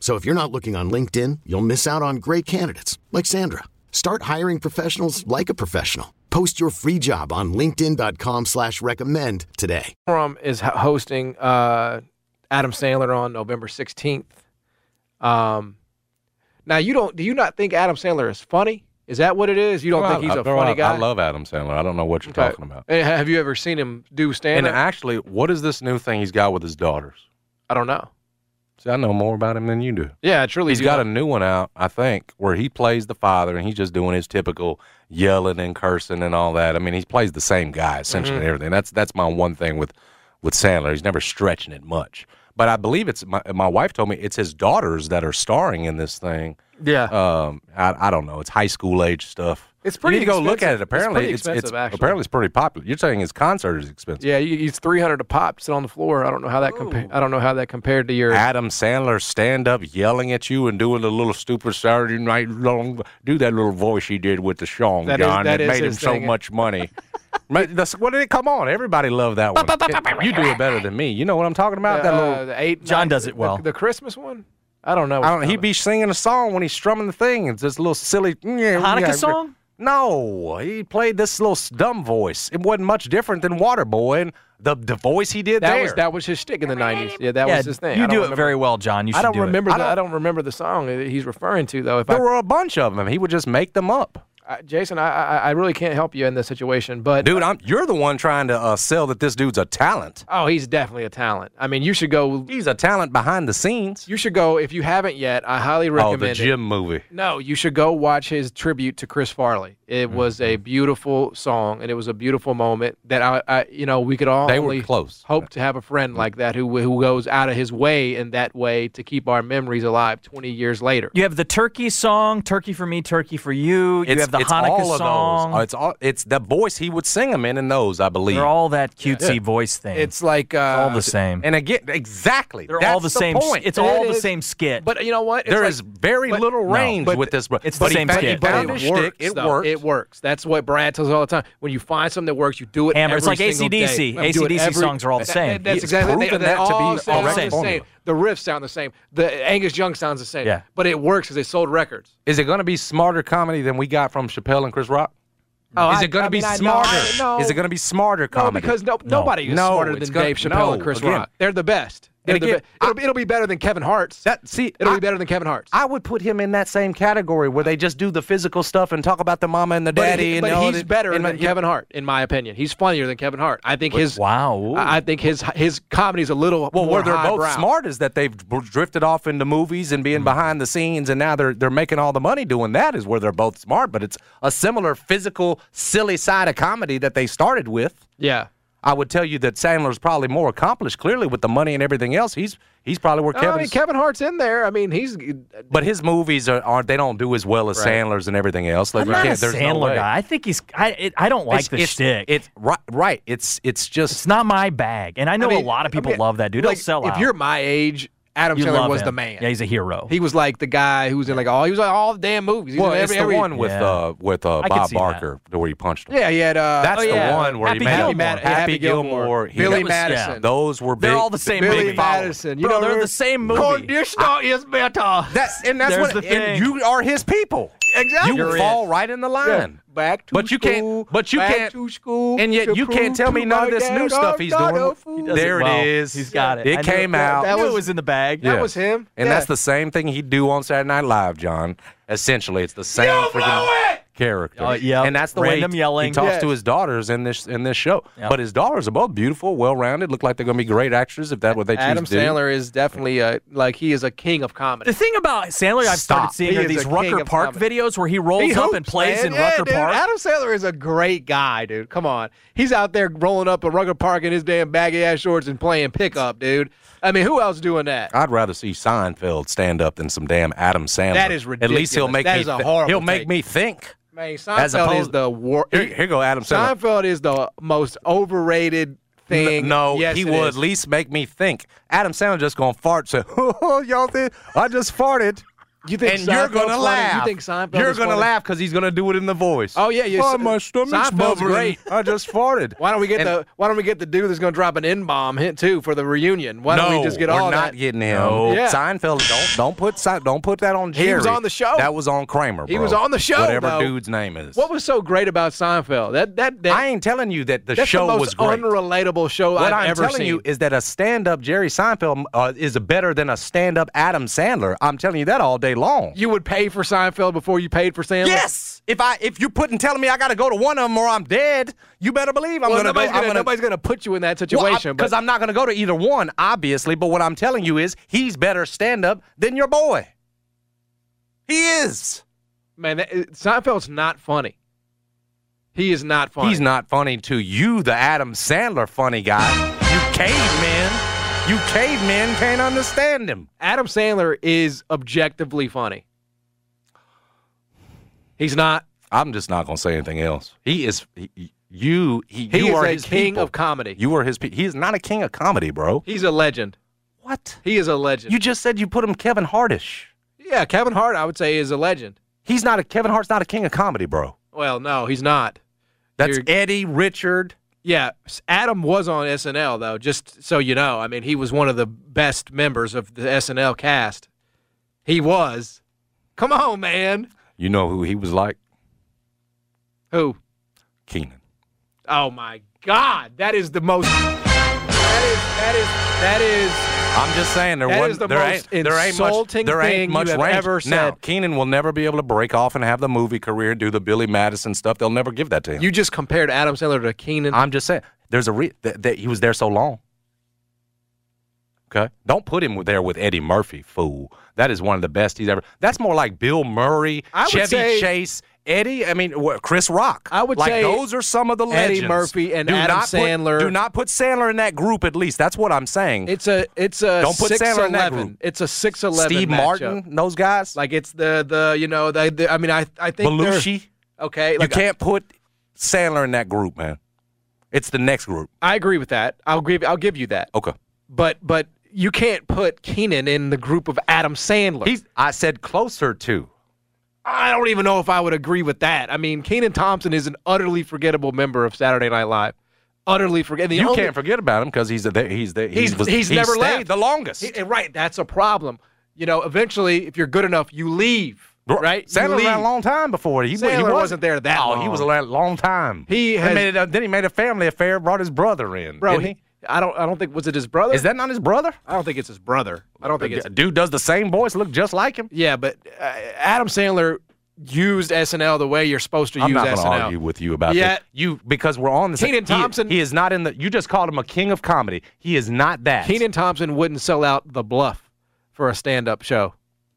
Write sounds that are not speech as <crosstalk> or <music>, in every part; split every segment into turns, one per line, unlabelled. So if you're not looking on LinkedIn, you'll miss out on great candidates like Sandra. Start hiring professionals like a professional. Post your free job on linkedin.com/recommend slash recommend today.
Forum is ho- hosting uh, Adam Sandler on November 16th. Um, now you don't do you not think Adam Sandler is funny? Is that what it is? You don't
Well,
think he's
I-
a
no,
funny
Uh, I,
guy?
I love Adam Sandler. I don't know what you're
Okay.
talking about.
And have you ever seen him do stand
And
up?
actually, what is this new thing he's got with his daughters?
I don't know.
See, I know more about him than you do.
Yeah, I truly.
He's
do
got a
not-
new one out, I think, where he plays the father and he's just doing his typical yelling and cursing and all that. I mean, he plays the same guy
Mm-hmm.
essentially and everything. That's that's my one thing with with Sandler. He's never stretching it much. But I believe it's my my wife told me it's his daughters that are starring in this thing.
yeah.
Um, I, I don't know. It's high school age stuff.
It's
You
pretty
need to go look at it.
expensive. It's
Apparently,
pretty
it's,
expensive, actually.
apparently it's pretty popular. You're saying his concert is expensive.
yeah, you- he's three hundred a pop. Sit on the floor. I don't know how that compa- I don't know how that compared to your.
Adam Sandler stand up yelling at you and doing the little stupid Saturday night long do that little voice he did with the song
That is-
John
that
that,
is
made him
his
so
thing.
much
<laughs>
money. Ma- That's, what did it come on? Everybody loved that one. you do it better than me. You know what I'm talking about? that little.
uh, the eight,
John
nine-
does it
the-
well.
The, Christmas one. I don't know.
I don't, he'd be singing a song when he's strumming the thing. It's this little silly
Hanukkah
Hanukkah
song?
No, he played this little s- dumb voice. It wasn't much different than Waterboy and the the voice he did
That
there.
was that was his stick in the nineties. Yeah, that
yeah,
was his thing. I
You
don't
do it
remember-
very well, John. You should
I don't
do it.
remember.
I
the,
don't-
I don't remember the song that he's referring to though. If I,
there were a bunch of them. He would just make them up.
I, Jason, I, I I really can't help you in this situation, but
Dude, I'm, you're the one trying to uh, sell that this dude's a talent.
oh, he's definitely a talent. I mean, you should go.
He's a talent behind the scenes.
You should go if you haven't yet. I highly
Oh,
recommend
the
it.
Jim movie.
No, you should go watch his tribute to Chris Farley. It
Mm-hmm.
was a beautiful song, and it was a beautiful moment that I, I you know, we could all
They were
only
close. Mm-hmm.
hope to have a friend like that who who goes out of his way in that way to keep our memories alive 20 years later.
You have the turkey song, turkey for me, turkey for you. You have the
it's
Hanukkah
all of
song.
those. Oh, It's all. It's the voice he would sing them in, in those, I believe.
They're all that cutesy voice thing.
It's like uh,
all the same.
and again, exactly.
They're
that's
all the, same. s-
Point.
It's all
It
the
is.
same skit.
But you know what? It's
There
like-
is very little range
but
with this. bro-
it's the
but he
same
found-
skit.
He found
but
his shtick. It
though.
worked.
It works. That's what Brad tells us all the time. When you find something that works, you do it.
Hammer.
Every
It's like
single
AC/DC.
day. Do it
AC/DC songs are all the
That-
same.
that- that's
He's
exactly. They,
proven
they
that to be
all
the
sound
same
the same.
formula.
The riffs sound the same. The Angus Young sounds the same.
Yeah.
But it works because they sold records.
Is it going to be smarter comedy than we got from Chappelle and Chris Rock? Oh, is
I-
it going
I
to be
mean, I know-
smarter?
I know.
Is it going to be smarter comedy?
No, because no, nobody is
No,
smarter
it's
than
gonna-
Dave Chappelle
no,
and Chris
again.
Rock. They're the best. They're the
again,
be- it'll, be- it'll be better than Kevin Hart's.
That- see,
it'll
I-
be better than Kevin Hart's.
I would put him in that same category where they just do the physical stuff and talk about the mama and the
but
daddy.
he-
and
but
all
he's
that.
better
And
than
my-
Kevin Hart, in my opinion. He's funnier than Kevin Hart. I think his
wow.
I I think his his comedy's a little
Well,
more
where they're both
highbrow.
smart is that they've dr- drifted off into movies and
Mm-hmm.
being behind the scenes, and now they're they're making all the money doing that. Is where they're both smart, but it's a similar physical, silly side of comedy that they started with.
Yeah.
I would tell you that Sandler's probably more accomplished, clearly with the money and everything else. He's he's probably
Oh,
where
Kevin, I mean,
Kevin's
Kevin Hart's in there. I mean, he's
But his movies are, aren't they don't do as well as
Right.
Sandler's and everything else. Like
I'm
you
not a
can't, there's no
Sandler
way.
guy. I think he's. I it, I don't like
it's,
the
it's,
shtick.
It's right, right. It's it's just
it's not my bag. And I know
I mean,
a lot of
I
people
mean,
love that dude.
like,
He'll sell
if
out.
you're my age, Adam
you
Sandler
love
was
him. Oh.
the man.
Yeah, he's a hero.
he was like the guy who was in like all he was like all the damn movies. He was
well,
in
it's
every-
the
every-
one with
Yeah.
uh with uh,
I could
Bob
see that.
Barker where he punched him.
Yeah, he had. Uh,
That's
oh,
the
yeah.
one where
Happy
he made
Gilmore.
Happy,
Happy
Gilmore.
Gilmore.
He-
Billy
that was-
Madison.
yeah.
Those were
They're
big-
all the same
big
Billy
movie.
followers.
Madison. You
Bro,
know
they're
they're-
the same movie.
is better.
That and that's
There's
what
the
and
thing.
you are his people.
Exactly.
You
You're
fall
it.
right in the line.
back to
But you can't-
school,
but you
back
can't-
to school,
And yet
to
you can't
prove
tell
to
me none
my
of this
dad
new
I'm
stuff he's
not a
doing.
fool.
He does
There it
well.
is.
He's got it.
It
I knew
came
yeah,
out.
That
That
was,
was-
was in the bag.
That
Yeah.
was him.
And
Yeah.
that's the same thing he'd do on Saturday Night Live, John. Essentially, it's the same freaking character.
Uh, yep.
And that's the
Random
way he,
yelling.
he talks
Yes.
to his daughters in this in this show.
Yep.
But his daughters are both beautiful, well rounded, look like they're gonna be great actors if that's what they choose
Adam
to do.
Sandler is definitely a, like he is a king of comedy.
The thing about Sandler I've started
Stop.
seeing
He
are
is
these
a king
Rucker
of
Park
comedy.
videos where he rolls
He
up
hoops,
and plays
man.
in
Yeah,
Rucker
dude.
Park.
Adam Sandler is a great guy, dude. Come on, he's out there rolling up at Rucker Park in his damn baggy ass shorts and playing pickup, dude. I mean, who else doing that?
I'd rather see Seinfeld stand up than some damn Adam Sandler.
That is
At least he'll
ridiculous.
make
That
me
is a
thi-
horrible
he'll make
take.
me think.
Man,
As
Seinfeld is
opposed-
the war.
Here, here go Adam Sandler.
Seinfeld is the most overrated thing.
No,
yes,
he
it
will
is.
at least make me think. Adam Sandler just gonna fart. So <laughs> y'all think I just farted?
You think
and you're
Seinfeld's
gonna
funny?
laugh.
You think Seinfeld?
You're
is
gonna
funny?
laugh because he's gonna do it in the voice.
Oh, yeah, yeah,
Oh,
Se-
my stomach's
Seinfeld's
bubbling.
great.
I just farted.
Why don't we get
And-
the Why don't we get the dude that's gonna drop an N bomb hit too for the reunion? Why
no,
don't we just get
we're
all
not
that?
getting him.
Yeah.
Seinfeld, don't don't put Si- don't put that on Jerry.
He was on the show.
That was on Kramer.
He
bro.
was on the show,
Whatever
though.
dude's name is.
what was so great about Seinfeld? That that, that
I ain't telling you that the
that's
show
the most
was great.
unrelatable show
what
I've
am
ever
telling
seen.
you is that a stand-up Jerry Seinfeld uh, is better than a stand-up Adam Sandler. I'm telling you that all day long.
you would pay for Seinfeld before you paid for Sandler.
Yes. If I if you put and telling me I got to go to one of them or I'm dead, you better believe I'm
Well,
gonna go.
nobody's, gonna,
I'm gonna,
nobody's gonna put you in that
Well, I-
situation. but-
I'm not gonna go to either one, obviously. But what I'm telling you is he's better stand-up than your boy. He is.
man, that, Seinfeld's not funny. He is not funny.
He's not funny to you, the Adam Sandler funny guy. You cavemen. You cavemen can't understand him.
Adam Sandler is objectively funny. He's not.
I'm just not gonna say anything else. He is he, you. He,
He
you
is
are
a
his
king
people.
of comedy.
You are his. Pe- he is not a king of comedy, bro.
He's a legend.
What?
He is a legend.
You just said you put him Kevin Hartish.
yeah, Kevin Hart, I would say, is a legend.
He's not a Kevin Hart's not a king of comedy, bro.
Well, no, he's not.
That's
You're-
Eddie Richard.
Yeah, S- Adam was on SNL though. Just so you know, I mean, he was one of the best members of the SNL cast. He was. Come on, man.
You know who he was like?
Who?
Keenan.
Oh my God, that is the most. That is. That is.
I'm just saying there
That
wasn't-
is the
there
most
ain't there ain't much
insulting
there
thing
ain't
you
much
have
range.
ever
Now
said.
Keenan will never be able to break off and have the movie career, do the Billy Madison stuff. They'll never give that to
That
him.
is. You just compared Adam Sandler to Keenan.
I'm just saying there's a re- that, that he was there so long. Okay, don't put him there with Eddie Murphy, fool. That is one of the best he's ever. That's more like Bill Murray,
I would
Chevy
say-
Chase, Eddie. I mean, wh- Chris Rock.
I would
like
say
those are some of the
Eddie
legends.
Murphy and
do
Adam
not put-
Sandler.
do not put Sandler in that group. At least that's what I'm saying.
It's a. It's a.
Don't put Sandler in that
6'11.
group.
It's a six eleven.
Steve Martin, those guys,
Like it's the the you know the, the I mean I I think they're-
Belushi.
Okay,
You
like
can't put Sandler in that group, man. It's the next group.
I agree with that. I'll give I'll give you that.
Okay.
But but you can't put Keenan in the group of Adam Sandler.
He's, I said closer to.
I don't even know if I would agree with that. I mean, Keenan Thompson is an utterly forgettable member of Saturday Night Live. Utterly forget. the
You
only-
can't forget about him because he's the, he's the, he
He's-
was,
he's
he
never
stayed
left.
the longest.
He- right, that's a problem. You know, eventually, if you're good enough, you leave. Right, You
Sandler
leave.
ran a long time before he, he
Sandler
wasn't,
wasn't there that
Oh, he
long.
was there a long time.
He
They
has-
made a, then he made a family affair, brought his brother in.
bro.
didn't
He, I don't. I don't think was it his brother.
he? Is that not his brother?
I don't think it's his brother. I don't think it's.
Dude does the same voice, look just like him.
Yeah, but uh, Adam Sandler used SNL the way you're supposed to
I'm
use
not
SNL.
going to argue with you about
Yeah.
that. You because we're on the same-
Kenan
he-
Thompson-
He, is not in the. You just called him a king of comedy. He is not that.
Keenan Thompson wouldn't sell out the bluff for a stand-up show.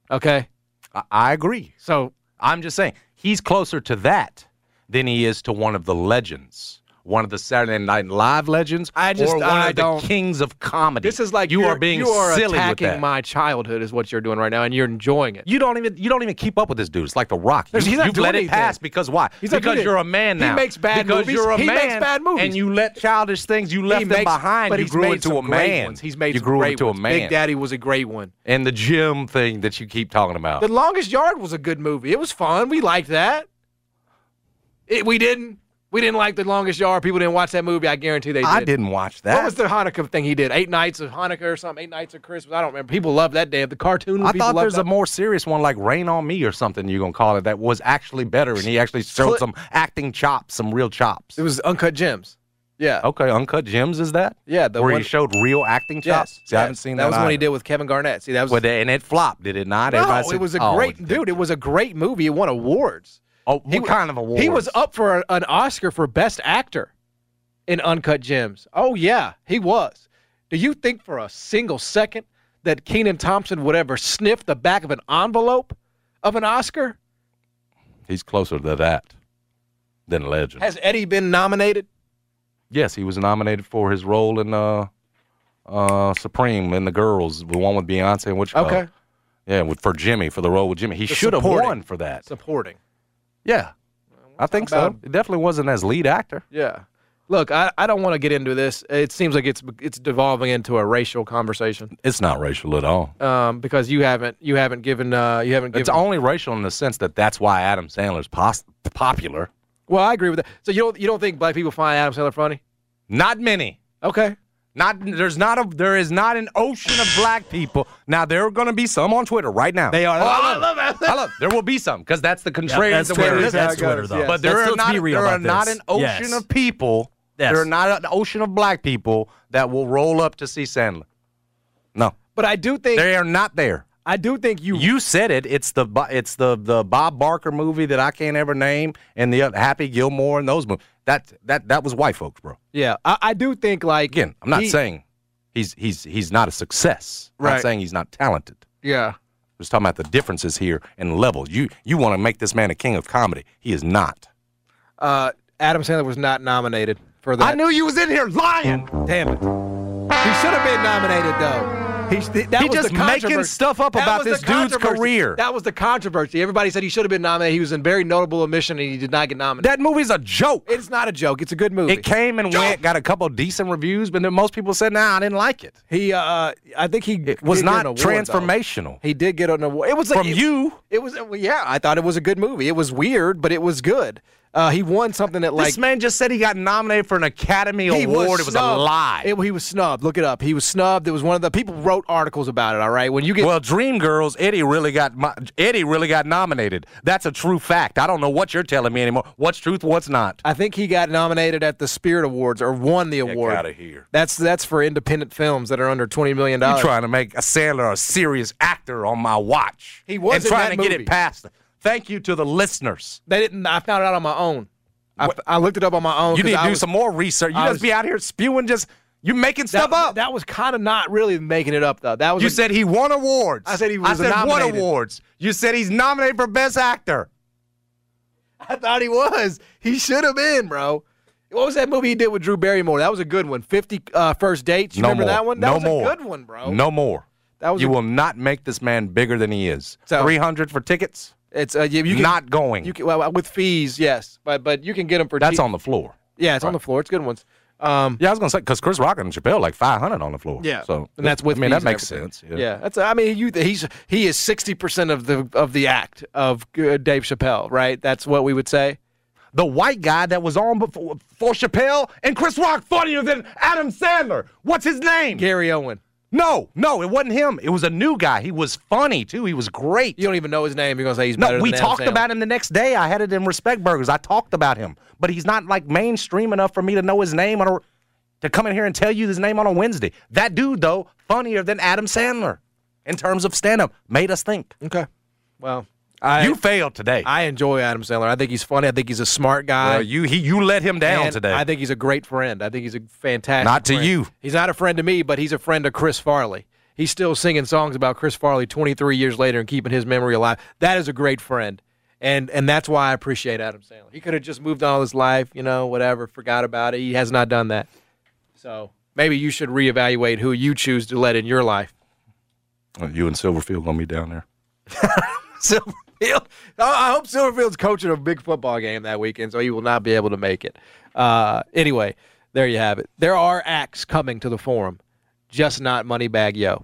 Okay,
I, I agree.
so
I'm just saying he's closer to that than he is to one of the legends, one of the Saturday Night Live legends,
I just-
or one
I
of
don't-
the kings of comedy.
this is like
you
you're-
are being
you are
silly with
attacking
that.
my childhood is what you're doing right now, and you're enjoying it.
you don't even you don't even keep up with this dude. It's like the Rock. You,
There's- he's not
you've
doing
let it
anything.
pass because why?
He's not doing
because you're a
anything.
man
He
now.
makes bad
because
movies.
You're a
He
man,
makes bad movies.
and you let childish things. You left
He
them
makes-
behind.
but
you
he's
grew
made
into
some
a
great
man.
ones. He's made
you
some
grew
great
into
ones.
a man.
Big Daddy was a great one.
and the gym thing that you keep talking about.
The Longest Yard was a good movie. It was fun. We liked that. It, we didn't. We didn't like the longest yard. People didn't watch that movie. I guarantee they did.
I didn't watch that.
What was the Hanukkah thing he did? Eight nights of Hanukkah or something? Eight nights of Christmas? I don't remember. People loved that day of the cartoon.
I
people
thought
loved
there's
that.
a more serious one like Rain on Me or something you're gonna call it that was actually better and he actually showed
Clip-
some acting chops, some real chops.
It was Uncut Gems. Yeah.
Okay, Uncut Gems is that?
Yeah, the
where
one-
he showed real acting chops.
Yes.
See, I haven't
yes.
seen
that.
that.
was when he
either.
did with Kevin Garnett. See, that was
But the- and it flopped, did it not?
no.
Everybody
It
said,
was a
"Oh,
great
it did."
dude. It was a great movie. It won awards.
Oh,
He
what
wa-
kind of award?
He was up for a- an Oscar for Best Actor in Uncut Gems. Oh yeah, he was. Do you think for a single second that Keenan Thompson would ever sniff the back of an envelope of an Oscar?
He's closer to that than legend.
Has Eddie been nominated?
yes, he was nominated for his role in uh, uh, Supreme and the Girls, the one with Beyonce and which.
Okay,
Yeah, with, for Jimmy for the role with Jimmy, he
The
should have
supporting.
won for that.
supporting.
Yeah, I think so.
about him.
It definitely wasn't as lead actor.
Yeah. Look, I, I don't want to get into this. It seems like it's it's devolving into a racial conversation
It's not racial at all.
um, because you haven't you haven't given uh, you haven't given.
It's only racial in the sense that that's why Adam Sandler's pos- popular.
well, I agree with that. So you don't you don't think black people find Adam Sandler funny?
Not many.
Okay.
Not there's not a there is not an ocean of black people. Now there are going to be some on Twitter right now. They are. Oh, I, love, it. I love. There will be some because that's the contrarian.
that's
that we're-
Twitter.
That's how
That's
it
Twitter
goes,
though.
yes.
But there
Let's-
are
let's
not
be real
there are
about
not
this.
an ocean
Yes.
of people.
Yes.
There are not an ocean of black people that will roll up to see Sandler. No,
But I do think
they are not there.
I do think you,
You said it. It's the Bo- it's the the Bob Barker movie that I can't ever name, and the other- Happy Gilmore and those movies. That that that was white folks, bro.
yeah I, I do think like
Again, I'm not
he-
saying he's he's he's not a success. I'm
Right.
not saying he's not talented.
yeah
I'm just talking about the differences here and levels. You you want to make this man a king of comedy? He is not.
uh, Adam Sandler was not nominated for that.
I knew you was in here lying.
Damn it. He should have been nominated though. He, sh- that
He
was
just
the controversy.
making stuff up
That
about
was the
this dude's
controversy.
career.
That was the controversy. Everybody said he should have been nominated. He was in very notable omission and he did not get nominated.
That movie's a joke.
it's not a joke. It's a good movie.
It came and went, got a couple decent reviews, but then most people said, "Nah, I didn't like it."
He, uh, I think he
It was
did get
not
an award, though.
transformational.
He did get an award. It was like,
From
it-
you?
It was well, yeah. I thought it was a good movie. It was weird, but it was good. Uh, he won something that like
this man just said he got nominated for an Academy
he
Award.
Was
it was a
snubbed.
lie.
It- he was snubbed. Look it up. He was snubbed. It was one of the people wrote articles about it. All right. When you get
well, Dreamgirls, Eddie really got mo- Eddie really got nominated. That's a true fact. I don't know what you're telling me anymore. What's truth? What's not?
I think he got nominated at the Spirit Awards or won the award.
outta here.
That's that's for independent films that are under twenty million
You're
dollars.
trying to make a Sandler a serious actor on my watch.
He was
and
in
trying
that
to get
movie.
it past. Thank you to the listeners.
They didn't. I found it out on my own. I, I looked it up on my own.
You
'cause
need to
I
do
was-
some more research. You
I
just
was-
be out here spewing just you making
that,
stuff up.
That was kind of not really making it up though. That was
you
a-
said he won awards.
I said he was
I said what
nominated.
awards? You said he's nominated for best actor.
I thought he was. He should have been, bro. What was that movie he did with Drew Barrymore? That was a good one. 50 uh, First Dates. You
no
remember
more.
that one? That
no
was
more.
a good one, bro.
No more.
That was
you
a-
will not make this man bigger than he is.
So-
Three hundred for tickets.
It's uh, you, you can,
not going.
You can, well, with fees, yes, but but you can get them for
That's
cheap.
on the floor.
Yeah, it's on the floor. It's good ones. Um,
Yeah, I was gonna say because Chris Rock and Chappelle like five hundred on the floor.
yeah.
So
and that's with
I mean that
fees and
makes
everything.
sense.
Yeah. that's. I mean, you he's he is sixty percent of the of the act of uh, Dave Chappelle, right? That's what we would say.
The white guy that was on before for Chappelle and Chris Rock funnier than Adam Sandler. What's his name?
Gary Owen.
No, no, it wasn't him. It was a new guy. He was funny too. He was great.
You don't even know his name. You're gonna say he's better
no,
than
we
Adam
talked
Sandler.
about him the next day. I had it in Respect Burgers. I talked about him, but he's not like mainstream enough for me to know his name on a, to come in here and tell you his name on a Wednesday. That dude though, funnier than Adam Sandler in terms of stand up, made us think.
Okay. Well, I
you failed today.
I enjoy Adam Sandler. I think he's funny. I think he's a smart guy.
Well, you he you let him down
And
today.
I think he's a great friend. I think he's a fantastic.
Not to
friend.
you.
He's not a friend to me, but he's a friend to Chris Farley. He's still singing songs about Chris Farley 23 years later and keeping his memory alive. That is a great friend, and and that's why I appreciate Adam Sandler. He could have just moved on with his life, you know, whatever, forgot about it. He has not done that, so maybe you should reevaluate who you choose to let in your life.
Oh, you and Silverfield gonna be down there.
Silverfield. <laughs> I I hope Silverfield's coaching a big football game that weekend, so he will not be able to make it. Uh, anyway, there you have it. There are acts coming to the forum, just not Moneybag Yo.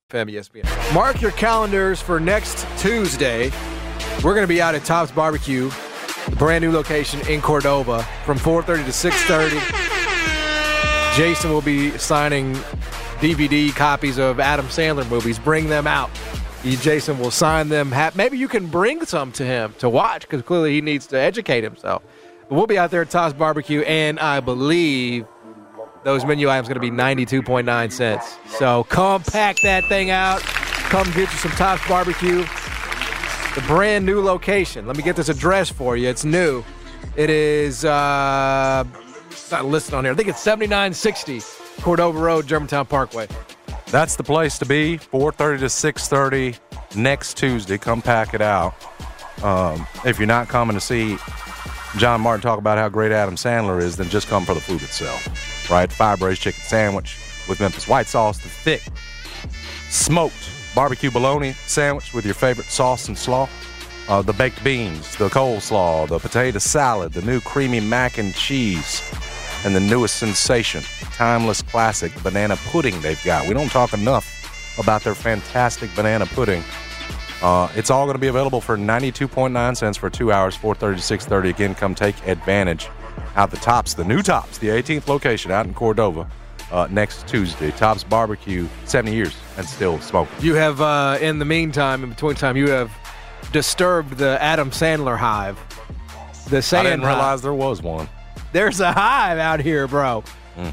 FM ESPN. Mark your calendars for next Tuesday. We're going to be out at Tops Barbecue, the brand new location in Cordova, from 4:30 to 6:30. Jason will be signing DVD copies of Adam Sandler movies. Bring them out. You- Jason will sign them. Ha- Maybe you can bring some to him to watch because clearly he needs to educate himself. But we'll be out there at Tops Barbecue, and I believe those menu items going to be 92.9 cents. So come pack that thing out. Come get you some Tops Barbecue. The brand new location. Let me get this address for you. It's new. It is, uh, it's not listed on here. I think it's 7960 Cordova Road, Germantown Parkway.
That's the place to be. 4:30 to 6:30 next Tuesday. Come pack it out. Um, if you're not coming to see John Martin talk about how great Adam Sandler is, then just come for the food itself. Right? Five raised chicken sandwich with Memphis white sauce, the thick smoked barbecue bologna sandwich with your favorite sauce and slaw. Uh, the baked beans, the coleslaw, the potato salad, the new creamy mac and cheese, and the newest sensation, timeless classic banana pudding they've got. We don't talk enough about their fantastic banana pudding. Uh, it's all going to be available for 92.9 cents for two hours, 4.30 to 6.30. Again, come take advantage out the tops, the new tops, the 18th location out in Cordova uh, next Tuesday. Tops Barbecue, 70 years and still smoking.
You have, uh, in the meantime, in between time, you have disturbed the Adam Sandler hive. The
I
sand
didn't
hive.
realize there was one. Mm-hmm.
there's a hive out here, bro.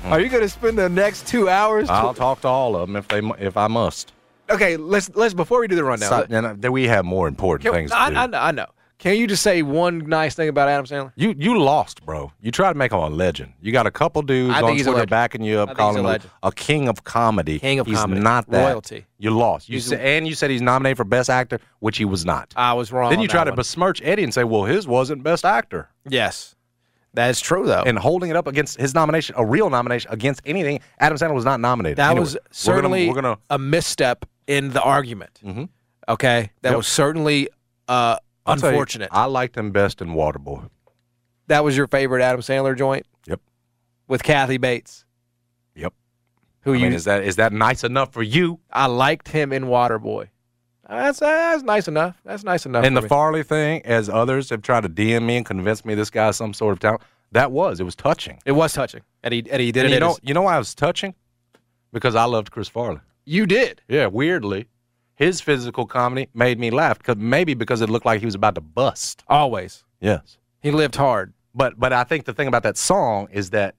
Are you going to spend the next two hours?
I'll talk to all of them if they mu- if I must.
okay, let's let's before we do the rundown.
So-
let-
and, uh, then we have more important
can-
things. To
I,
do.
I, know- I know. Can you just say one nice thing about Adam Sandler?
You you lost, bro. You tried to make him a legend. You got a couple dudes
I think
on
he's a
Twitter
legend.
backing you
I
up,
think he's
calling him
a
a,
legend.
a king of comedy.
King of
he's
comedy.
not that.
Royalty.
You lost. You
He's a-
said, and you said he's nominated for best actor, which he was not.
I was wrong.
then you
on
try to
that one.
besmirch Eddie and say, "Well, his wasn't best actor,"
yes, that is true though.
and holding it up against his nomination, a real nomination against anything. Adam Sandler was not nominated.
that
Anyway,
was
we're gonna-
certainly
we're gonna
a misstep in the argument.
Mhm.
Okay, that
Yep.
was certainly uh,
I'll tell you,
unfortunate.
I liked him best in Waterboy.
that was your favorite Adam Sandler joint.
Yep.
With Kathy Bates,
Yep.
who
I
you
mean, is that is that nice enough for you?
I liked him in Waterboy. That's that's nice enough. That's nice enough.
And
for
the
me.
Farley thing, as others have tried to DM me and convince me this guy's some sort of talent, that was it was touching.
it was touching, and he and he did
And
it.
you
at
know,
his-
you know why it was touching? Because I loved Chris Farley.
you did.
Yeah, weirdly, his physical comedy made me laugh. Cause maybe because it looked like he was about to bust.
Always,
Yes,
he lived hard.
but but I think the thing about that song is that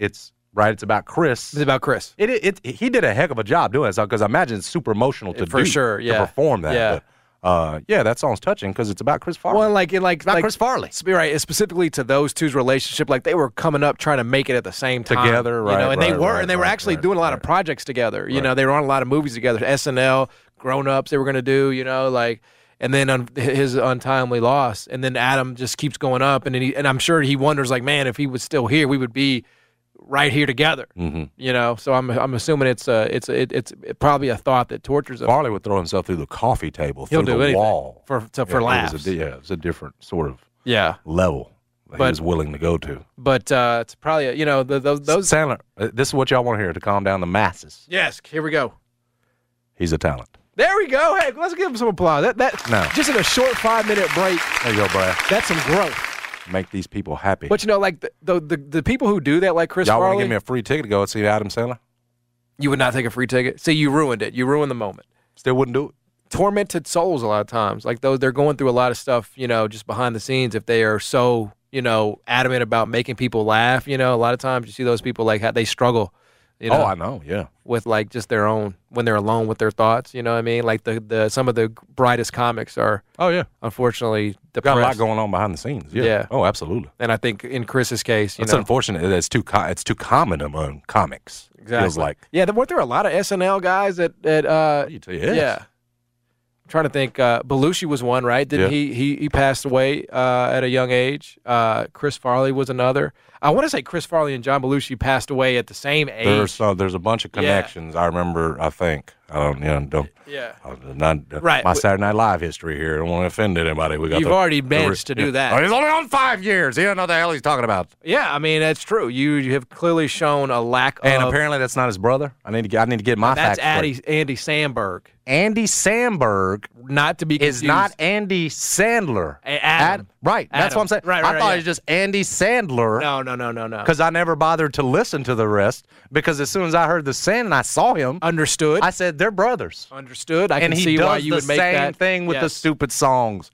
it's right. It's about Chris.
This is about Chris.
It, it, it he did a heck of a job doing it because I imagine it's super emotional to
For
do,
sure, yeah.
to perform that.
Yeah.
But, uh, yeah, that song's touching because it's about Chris Farley.
Well, like it, like
about
like
Chris Farley.
sp- Right, specifically to those two's relationship, like they were coming up trying to make it at the same time
Together,
you
right,
know, and they
right,
were,
right,
and they were
right,
actually
right,
doing a lot of
right.
projects together. You
Right.
know, they were on a lot of movies together, SNL, Grown Ups, they were going to do, you know, like, and then un- his untimely loss, and then Adam just keeps going up, and then he, and I'm sure he wonders, like, man, if he was still here, we would be right here together.
Mm-hmm.
You know, so I'm I'm assuming it's uh it's it, it's probably a thought that tortures him.
Farley would throw himself through the coffee table,
He'll
through
do
the
anything
wall
for to,
Yeah,
for laughs.
It was a, di- yeah, it was a different sort of
yeah,
level that
But-
he was willing to go to.
but uh, it's probably you know the, those those.
Sandler, uh, this is what y'all want to hear to calm down the masses.
Yes, here we go.
He's a talent.
There we go. Hey, let's give him some applause. That that
No.
just in a short five minute break.
There you go, Brad.
That's some growth.
Make these people happy.
But you know, like the the, the, the people who do that, like Chris
y'all want
Farley,
to give me a free ticket to go and see Adam Sandler?
you would not take a free ticket. See, you ruined it. You ruined the moment.
Still wouldn't do it.
tormented souls a lot of times. Like those, they're going through a lot of stuff, you know, just behind the scenes. If they are so, you know, adamant about making people laugh, you know, a lot of times you see those people like how they struggle, you know,
oh, I know. Yeah.
with like just their own when they're alone with their thoughts. You know what I mean? Like the the some of the brightest comics are
Oh, yeah.
unfortunately
Got
depressed.
a lot going on behind the scenes. Yeah.
Yeah.
Oh, absolutely.
and I think in Chris's case, you
It's
know,
unfortunate. that It's too co- it's too common among comics. Feels like.
yeah, there weren't there a lot of SNL guys that that uh,
You tell- yes.
Yeah. I'm trying to think. Uh, Belushi was one, right? Didn't
Yeah.
he, he? He passed away uh, at a young age. Uh, Chris Farley was another. I want to say Chris Farley and John Belushi passed away at the same age.
There's uh, there's a bunch of
Yeah.
connections. I remember. I think I don't you know don't
yeah.
I was not uh,
Right.
my Saturday Night Live history here. I don't want to offend anybody. We got
You've
the-
already
the-
managed to do
yeah.
that.
Oh, he's only on five years. He don't know the hell he's talking about.
Yeah, I mean that's true. You, you have clearly shown a lack
And
of.
apparently that's not his brother. I need to get I need to get my
Uh, that's
facts
Andy,
straight.
Andy Sandberg,
Andy Sandberg
not to be
is
confused.
not Andy Sandler.
A- Adam.
right. That's what I'm saying.
Adam. Right, right,
I
right,
thought
yeah.
it was just Andy Sandler.
No, no, no, no, no.
Because I never bothered to listen to the rest. Because as soon as I heard the Sand and I saw him,
understood.
I said they're brothers.
understood. I
and
can
he
see
does
why you
the
would make
same
that
thing with the
Yes.
stupid songs.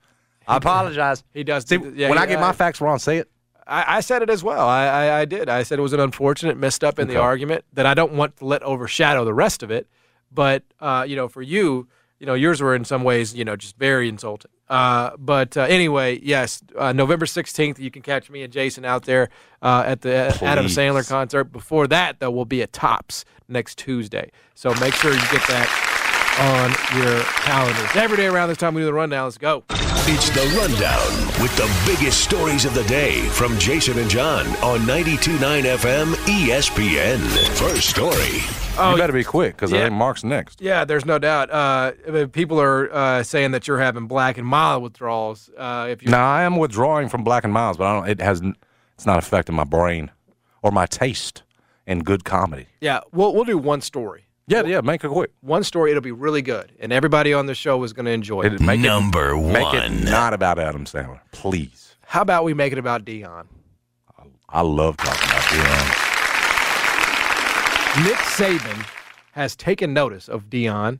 I apologize.
He does
See,
do- yeah,
when
he-
I get my
I-
facts wrong, say it.
I, I said it as well. I, I, I did. I said it was an unfortunate misstep in the
Okay.
argument that I don't want to let overshadow the rest of it. But uh, you know, for you, you know, yours were in some ways, you know, just very insulting. Uh, but uh, anyway, yes, uh, November sixteenth, you can catch me and Jason out there uh, at the Adam
Please.
Sandler concert. Before that, though, we'll be at Tops next Tuesday, so make sure you get that on your calendars. Every day around this time, we do the rundown. Let's go.
It's the Rundown with the biggest stories of the day from Jason and John on 92.9 FM ESPN. First story.
Oh,
you better be quick because
yeah.
I think Mark's next.
Yeah, there's no doubt. Uh, I mean, people are uh, saying that you're having black and mild withdrawals. Uh, if you
Now I am withdrawing from Black and Miles, but I don't. It has. n- It's not affecting my brain or my taste in good comedy.
yeah, we'll we'll do one story.
Yeah, yeah. Make it quick.
One story. It'll be really good, and everybody on the show is going to enjoy it.
It, make
Number
it, make it
one.
not about Adam Sandler, please.
How about we make it about Dion?
I love talking about Dion.
Nick Saban has taken notice of Dion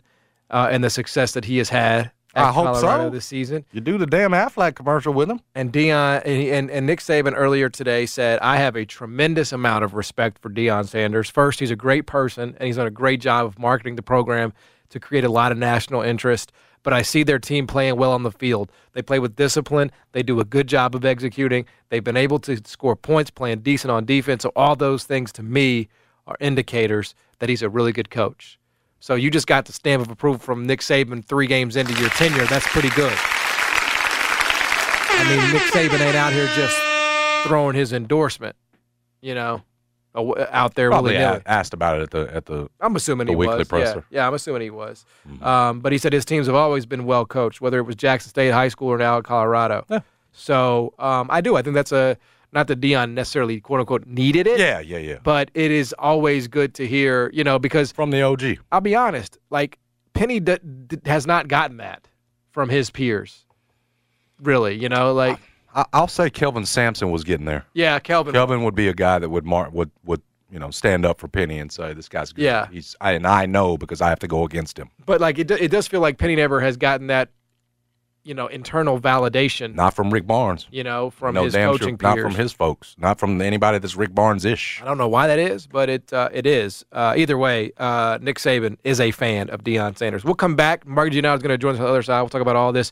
uh, and the success that he has had at
I hope so.
Colorado this season.
You do the damn Affleck commercial with him.
And Dion and, and, and Nick Saban earlier today said, I have a tremendous amount of respect for Deion Sanders. First, he's a great person and he's done a great job of marketing the program to create a lot of national interest. But I see their team playing well on the field. They play with discipline. They do a good job of executing. They've been able to score points, playing decent on defense. So all those things to me are indicators that he's a really good coach. So you just got the stamp of approval from Nick Saban three games into your tenure. That's pretty good. I mean, Nick Saban ain't out here just throwing his endorsement, you know, aw- out there willy
Probably a-
nilly.
asked about it at the at the.
I'm assuming
the
he
weekly
was.
presser. Mm-hmm.
Yeah, yeah, I'm assuming he was. Um, but he said his teams have always been well coached, whether it was Jackson State High School or now at Colorado. So um, I do. I think that's a not that Dion necessarily quote unquote needed it.
Yeah, yeah, yeah.
But it is always good to hear, you know, because
From the OG.
I'll be honest, like Penny d- d- has not gotten that from his peers, really. You know, like
I, I'll say Kelvin Sampson was getting there.
yeah, Kelvin.
Kelvin would be a guy that would mark would would you know stand up for Penny and say this guy's good.
Yeah.
he's I, and I know because I have to go against him.
But like it, do, it does feel like Penny never has gotten that, you know, internal validation.
Not from Rick Barnes.
You know, from
no
his
damn sure-
coaching
Not
peers.
from his folks. Not from anybody that's Rick Barnes ish.
I don't know why that is, but it uh, it is. Uh, either way, uh, Nick Saban is a fan of Deion Sanders. We'll come back. Mark Giordano is going to join us on the other side. We'll talk about all this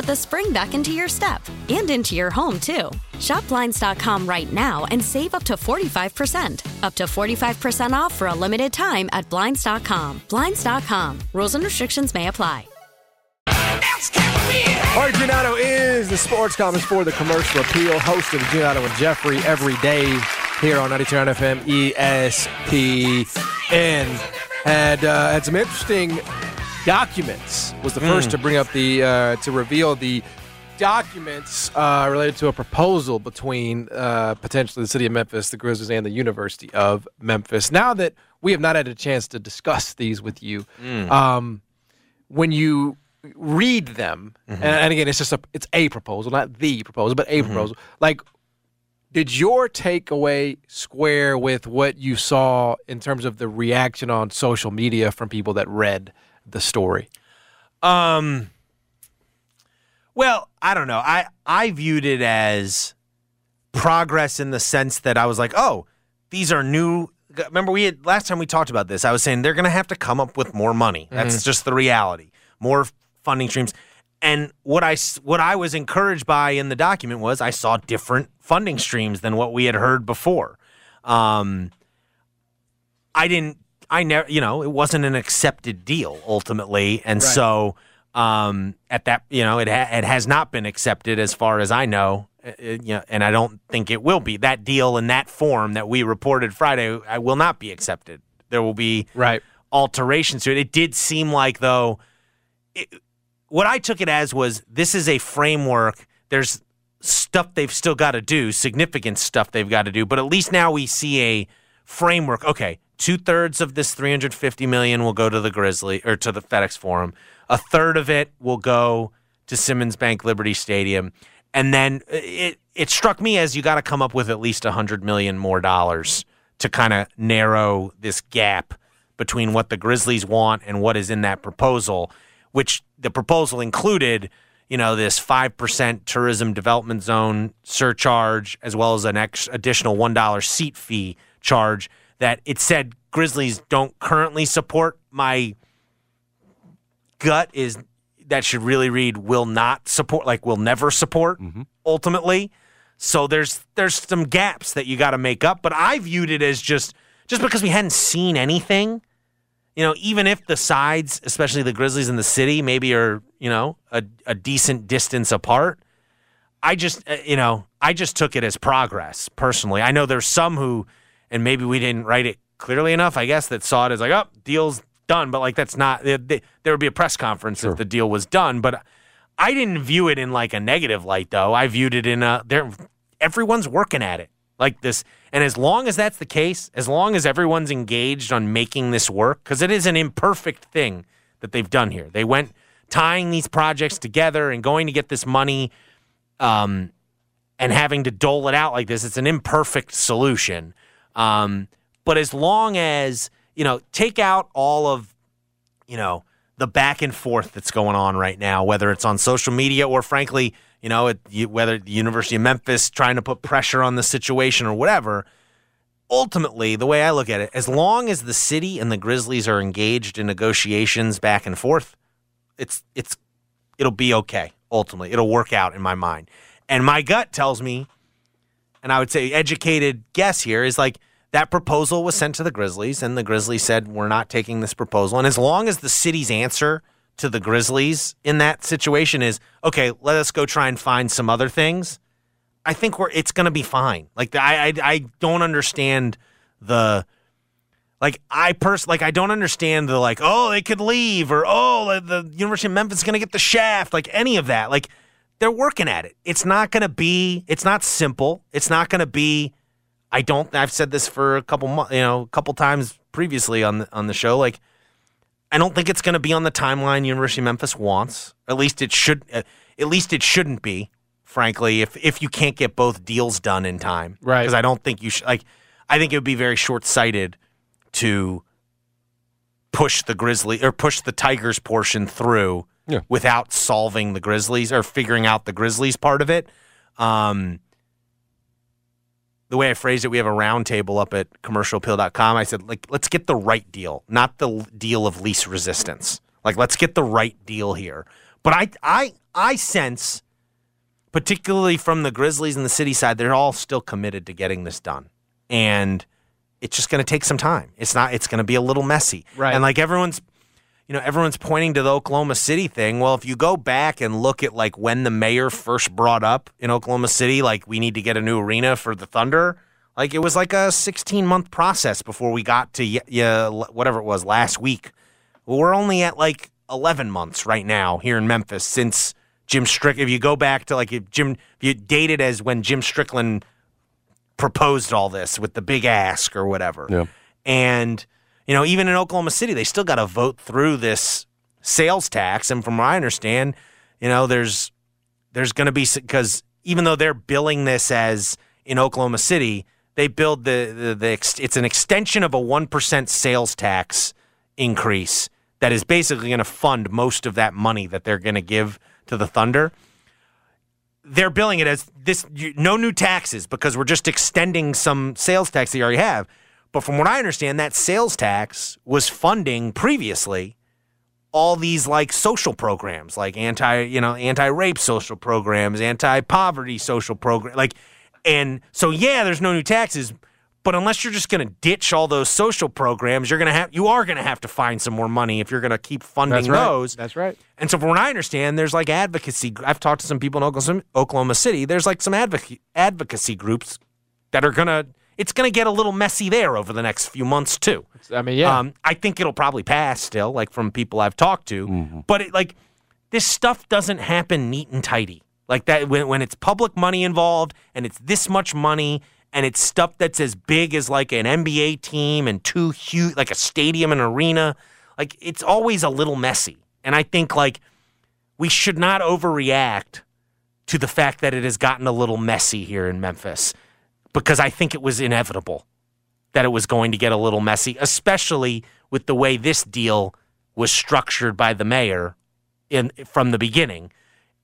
the spring back into your step and into your home, too. Shop Blinds.com right now and save up to 45%. Up to 45% off for a limited time at Blinds.com. Blinds.com. Rules and restrictions may apply.
Ari Giannato is the sports columnist for the commercial appeal, host of Giannato and Jeffrey every day here on 92.9 FM ESPN. Had, uh, had some interesting documents, was the first
Mm.
to bring up the, uh, to reveal the documents uh, related to a proposal between uh, potentially the city of Memphis, the Grizzlies, and the University of Memphis. Now that we have not had a chance to discuss these with you, um, when you read them, and, and again, it's just a it's a proposal, not the proposal, but a proposal. Like, did your takeaway square with what you saw in terms of the reaction on social media from people that read the story?
Um. Well, I don't know. I I viewed it as progress in the sense that I was like, oh, these are new. Remember, we had last time we talked about this. I was saying they're going to have to come up with more money.
Mm-hmm.
That's
Mhm.
just the reality. More funding streams. And what I s- what I was encouraged by in the document was I saw different funding streams than what we had heard before. Um, I didn't. I never. You know, it wasn't an accepted deal ultimately, and
Right.
so um, at that, you know, it ha- it has not been accepted as far as I know. Uh, it- you know, and I don't think it will be that deal in that form that we reported Friday. I will not be accepted. There will be
right
alterations to it. It did seem like though what I took it as was this is a framework. There's stuff they've still got to do, significant stuff they've got to do, but at least now we see a framework. Okay, two thirds of this 350 million will go to the Grizzly or to the FedEx Forum. A third of it will go to Simmons Bank Liberty Stadium, and then uh, it it struck me as you got to come up with at least 100 million more dollars to kind of narrow this gap between what the Grizzlies want and what is in that proposal, which the proposal included, you know, this 5% tourism development zone surcharge, as well as an ex- additional $1 seat fee charge that it said Grizzlies don't currently support. My gut is that should really read will not support, like will never support ultimately. So there's there's some gaps that you got to make up, but I viewed it as just just because we hadn't seen anything, you know, even if the sides, especially the Grizzlies and the city, maybe are you know a, a decent distance apart. I just uh, you know I just took it as progress personally. I know there's some who, and maybe we didn't write it clearly enough. I guess that saw it as like, oh, deal's done, but like that's not. They, they- there would be a press conference if the deal was done, but I didn't view it in like a negative light though. I viewed it in a there. Everyone's working at it like this, and as long as that's the case, as long as everyone's engaged on making this work, because it is an imperfect thing that they've done here. They went tying these projects together and going to get this money um, and having to dole it out like this. It's an imperfect solution. Um, but as long as, you know, take out all of, you know, the back and forth that's going on right now, whether it's on social media or, frankly, you know, it, you, whether the University of Memphis trying to put pressure on the situation or whatever. Ultimately, the way I look at it, as long as the city and the Grizzlies are engaged in negotiations back and forth, it's it's it'll be okay. Ultimately, it'll work out in my mind. And my gut tells me, and I would say educated guess here is like that proposal was sent to the Grizzlies, and the Grizzlies said, We're not taking this proposal. And as long as the city's answer to the Grizzlies in that situation is, Okay, let us go try and find some other things, I think we're it's gonna be fine. Like I I, I don't understand the like I pers- like I don't understand the like oh they could leave or oh the, the University of Memphis is going to get the shaft like any of that like they're working at it. It's not going to be it's not simple. It's not going to be I don't I've said this for a couple months you know a couple times previously on the, on the show like I don't think it's going to be on the timeline University of Memphis wants. At least it should uh, at least it shouldn't be frankly if if you can't get both deals done in time.
Right.
Cuz I don't think you should like I think it would be very short-sighted to push the Grizzly or push the Tigers portion through
Yeah.
without solving the Grizzlies or figuring out the Grizzlies part of it. Um, the way I phrased it, we have a roundtable up at commercialappeal.com. I said, like, let's get the right deal, not the l- deal of least resistance. Like, let's get the right deal here. But I, I, I sense, particularly from the Grizzlies and the city side, they're all still committed to getting this done, and it's just going to take some time. It's not. It's going to be a little messy,
Right.
And like everyone's, you know, everyone's pointing to the Oklahoma City thing. Well, if you go back and look at like when the mayor first brought up in Oklahoma City, like we need to get a new arena for the Thunder, like it was like a 16 month process before we got to y- yeah, l- whatever it was last week. Well, we're only at like 11 months right now here in Memphis since Jim Strick. If you go back to like if Jim, if you date it as when Jim Strickland proposed all this with the big ask or whatever.
Yeah.
And, you know, even in Oklahoma City, they still got to vote through this sales tax. And from what I understand, you know, there's there's going to be because even though they're billing this as in Oklahoma City, they build the the, the ex, it's an extension of a one percent sales tax increase that is basically going to fund most of that money that they're going to give to the Thunder they're billing it as this you, no new taxes because we're just extending some sales tax they already have. But from what I understand, that sales tax was funding previously all these like social programs, like anti you know anti rape social programs, anti poverty social program, like and so yeah, there's no new taxes. But unless you're just going to ditch all those social programs, you're going to have you are going to have to find some more money if you're going to keep funding
That's right.
those.
That's right.
And so, from what I understand, there's like advocacy. I've talked to some people in Oklahoma- Oklahoma City. There's like some advoc- advocacy groups that are gonna. It's gonna get a little messy there over the next few months too.
I mean, yeah.
Um, I think it'll probably pass still, like from people I've talked to.
Mm-hmm.
But it, like, this stuff doesn't happen neat and tidy like that. When when it's public money involved and it's this much money and it's stuff that's as big as like an NBA team and two huge like a stadium and arena, like it's always a little messy. And I think like we should not overreact to the fact that it has gotten a little messy here in Memphis because I think it was inevitable that it was going to get a little messy, especially with the way this deal was structured by the mayor in from the beginning.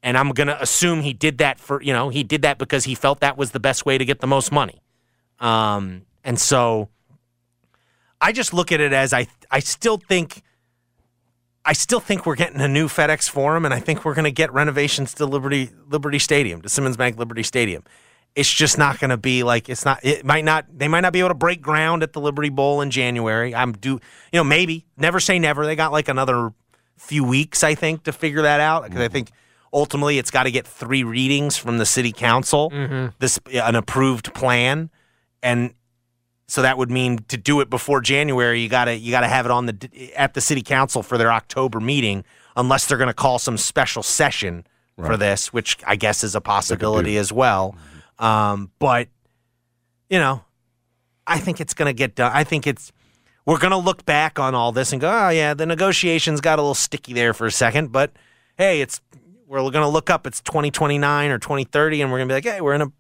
And I'm going to assume he did that for, you know, he did that because he felt that was the best way to get the most money. Um, and so I just look at it as I I still think I still think we're getting a new FedEx Forum, and I think we're going to get renovations to Liberty Liberty Stadium, to Simmons Bank Liberty Stadium. It's just not going to be like it's not. It might not. They might not be able to break ground at the Liberty Bowl in January. I'm do you know maybe never say never. They got like another few weeks, I think, to figure that out because I think ultimately it's got to get three readings from the city council,
Mhm.
this an approved plan, and so that would mean to do it before January, you gotta you gotta have it on the at the city council for their October meeting, unless they're gonna call some special session for
Right.
this, which I guess is a possibility as well. Um, but you know, I think it's gonna get done. I think it's we're gonna look back on all this and go, oh yeah, the negotiations got a little sticky there for a second, but hey, it's we're gonna look up. It's 2029 or 2030, and we're gonna be like, hey, we're in a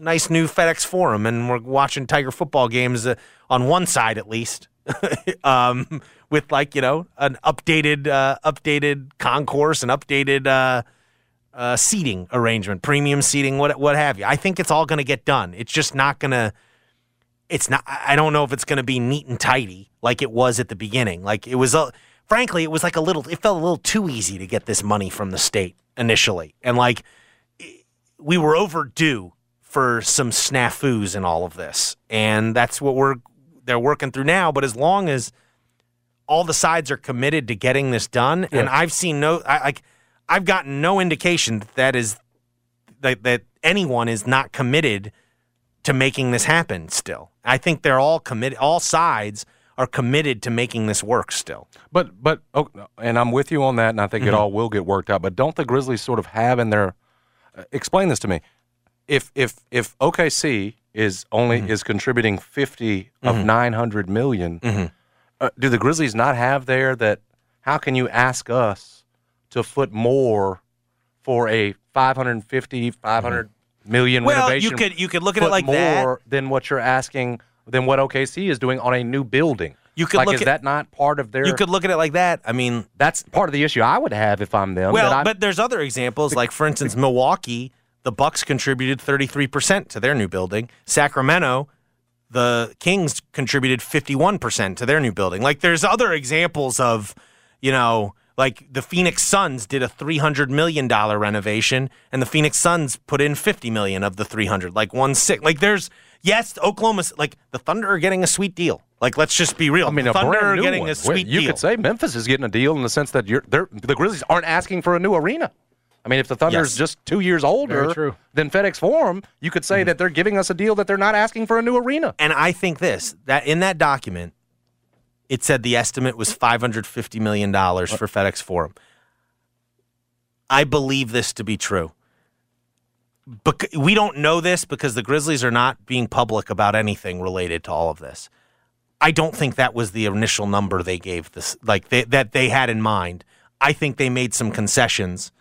nice new FedEx Forum, and we're watching Tiger football games uh, on one side at least, <laughs> um, with like you know an updated uh, updated concourse and updated uh, uh, seating arrangement, premium seating, what what have you. I think it's all going to get done. It's just not going to. It's not. I I don't know if it's going to be neat and tidy like it was at the beginning. Like it was. A, frankly, it was like a little. It felt a little too easy to get this money from the state initially, and like we were overdue for some snafus in all of this, and that's what we're they're working through now. But as long as all the sides are committed to getting this done, and I've seen no, I, like I've gotten no indication that that is that that anyone is not committed to making this happen. Still, I think they're all committed. All sides are committed to making this work. Still,
But but oh, and I'm with you on that, and I think it
Mhm.
all will get worked out. But don't the Grizzlies sort of have in their uh, explain this to me? If if if OKC is only
Mm-hmm.
is contributing 50 of
Mhm.
nine hundred million,
Mm-hmm.
uh, do the Grizzlies not have there that? How can you ask us to foot more for a 550 500 million
Mm-hmm. Well, you
renovation?
could- you could look at it
foot
like that.
more than what you're asking than what OKC is doing on a new building.
You could
like,
look
is
at-
that not part of their?
you could look at it like that. I mean,
that's part of the issue I would have if I'm them.
well,
that I'm-
but there's other examples. Like for instance, Milwaukee, the Bucks contributed 33 percent to their new building. Sacramento, the Kings contributed 51 percent to their new building. Like there's other examples of, you know, like the Phoenix Suns did a 300 million dollar renovation, and the Phoenix Suns put in 50 million of the 300, like one six. Like there's yes, Oklahoma's like the Thunder are getting a sweet deal. Like let's just be real.
I mean,
the
a
Thunder
brand
are
new
getting
one.
a sweet
you
deal.
could say Memphis is getting a deal in the sense that you're they're, the Grizzlies aren't asking for a new arena. I mean, if the Thunder's
Yes.
just two years older
true.
than FedEx Forum, you could
Mm-hmm.
say that they're giving us a deal that they're not asking for a new arena.
And I think this that in that document, it said the estimate was five hundred fifty million dollars for FedEx Forum. I believe this to be true. But we don't know this because the Grizzlies are not being public about anything related to all of this. I don't think that was the initial number they gave this, like they, that they had in mind. I think they made some concessions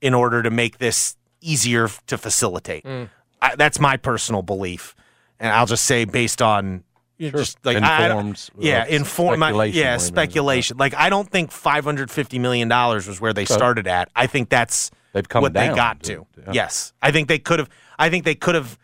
in order to make this easier f- to facilitate.
Mm.
I, that's my personal belief, and I'll just say based on you know,
Sure.
just like I- I don't-
Informed, uh,
yeah, informed,
speculation,
yeah,
whatever.
speculation. Like I don't think five hundred fifty million dollars was where they
Okay.
started at. I think that's
They've come
what they
down
got
to-
to.
yeah.
Yes, I think they could have. I think they could have,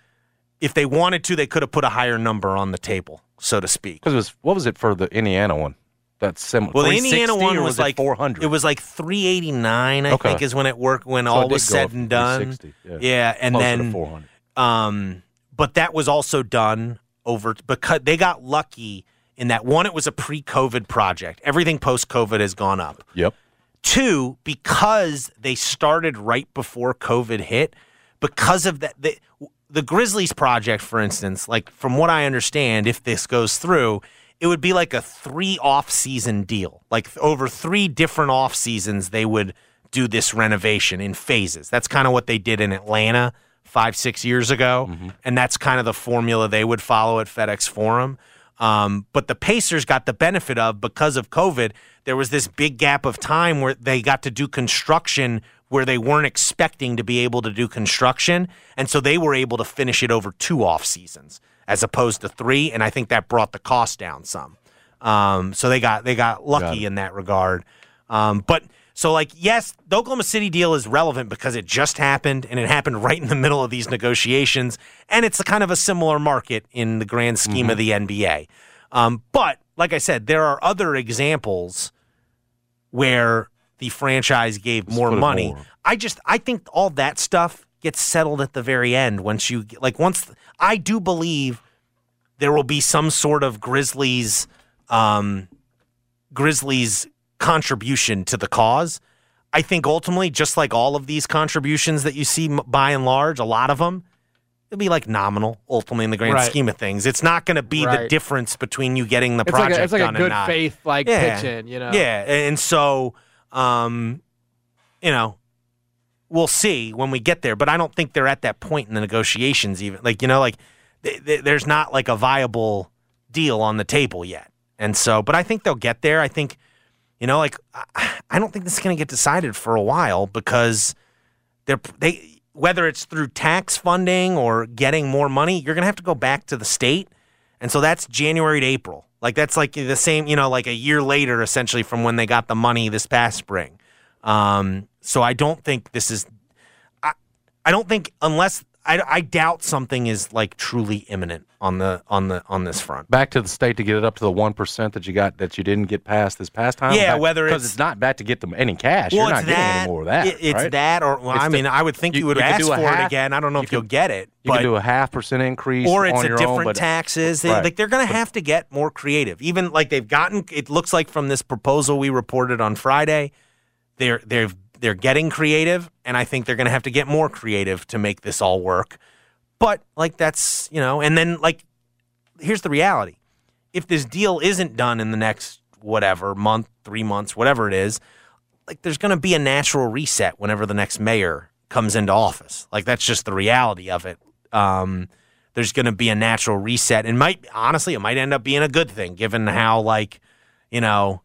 if they wanted to, they could have put a higher number on the table, so to speak.
Because it was what was it for the Indiana one? That's similar.
Well, the Indiana one was, like
four hundred.
It was like three eighty nine, I
Okay.
think, is when it worked when
So it
all
did
was
go up
said
to
and done.
360, yeah.
Yeah. and
Closer to
then
400.
Um, but that was also done over because they got lucky in that one. It was a pre COVID project. Everything post COVID has gone up.
Yep.
Two, because they started right before COVID hit, because of that, the, the Grizzlies project, for instance, like from what I understand, if this goes through, it would be like a three off season deal. Like th- over three different off seasons, they would do this renovation in phases. That's kind of what they did in Atlanta five, six years ago. And that's kind of the formula they would follow at FedEx Forum. Um, but the Pacers got the benefit of because of COVID. There was this big gap of time where they got to do construction where they weren't expecting to be able to do construction, and so they were able to finish it over two off seasons as opposed to three. And I think that brought the cost down some. Um, so they got they got lucky in that regard. Um, but so like yes, the Oklahoma City deal is relevant because it just happened and it happened right in the middle of these negotiations, and it's a kind of a similar market in the grand scheme
Mm-hmm.
of the NBA. Um, but like I said, there are other examples where the franchise gave more
put it
money.
more.
I just I think all that stuff gets settled at the very end once you like once I do believe there will be some sort of Grizzlies um, Grizzlies contribution to the cause. I think ultimately, just like all of these contributions that you see m- by and large, a lot of them, it'll be like nominal ultimately in the grand
Right.
scheme of things. It's not going to be the
Right.
difference between you getting the
It's like a-
project
it's like a
done
good
and not.
faith, like, pitch in, you know?
Yeah, and so, um, you know, we'll see when we get there. But I don't think they're at that point in the negotiations, even like you know, like th- th- there's not like a viable deal on the table yet. And so, but I think they'll get there. I think, you know, like I, I don't think this is going to get decided for a while because they're they whether it's through tax funding or getting more money, you're going to have to go back to the state, and so that's January to April. Like that's like the same, you know, like a year later essentially from when they got the money this past spring. Um, so I don't think this is. I, I don't think unless I, I doubt something is like truly imminent on the on the on this front.
Back to the state to get it up to the one percent that you got that you didn't get past this past time.
Yeah,
back,
whether
because
it's-
it's, not back to get them any cash. You're not getting any more of that.
it- it's
right?
that, or well,
It's
I
the-
mean, I would think you, would
could
ask
do
for
a
it
half-
again. I don't know if
could-
you'll get it,
You
but
can do a half percent increase,
or it's
on
a
your own,
different
but-
taxes. They,
Right.
Like they're going to have to get more creative. Even like they've gotten. It looks like from this proposal we reported on Friday, they're they're they're getting creative, and I think they're going to have to get more creative to make this all work. But like that's you know, and then like here's the reality: if this deal isn't done in the next whatever month, three months, whatever it is, like there's going to be a natural reset whenever the next mayor comes into office. Like that's just the reality of it. Um, there's going to be a natural reset, and might honestly, it might end up being a good thing given how like you know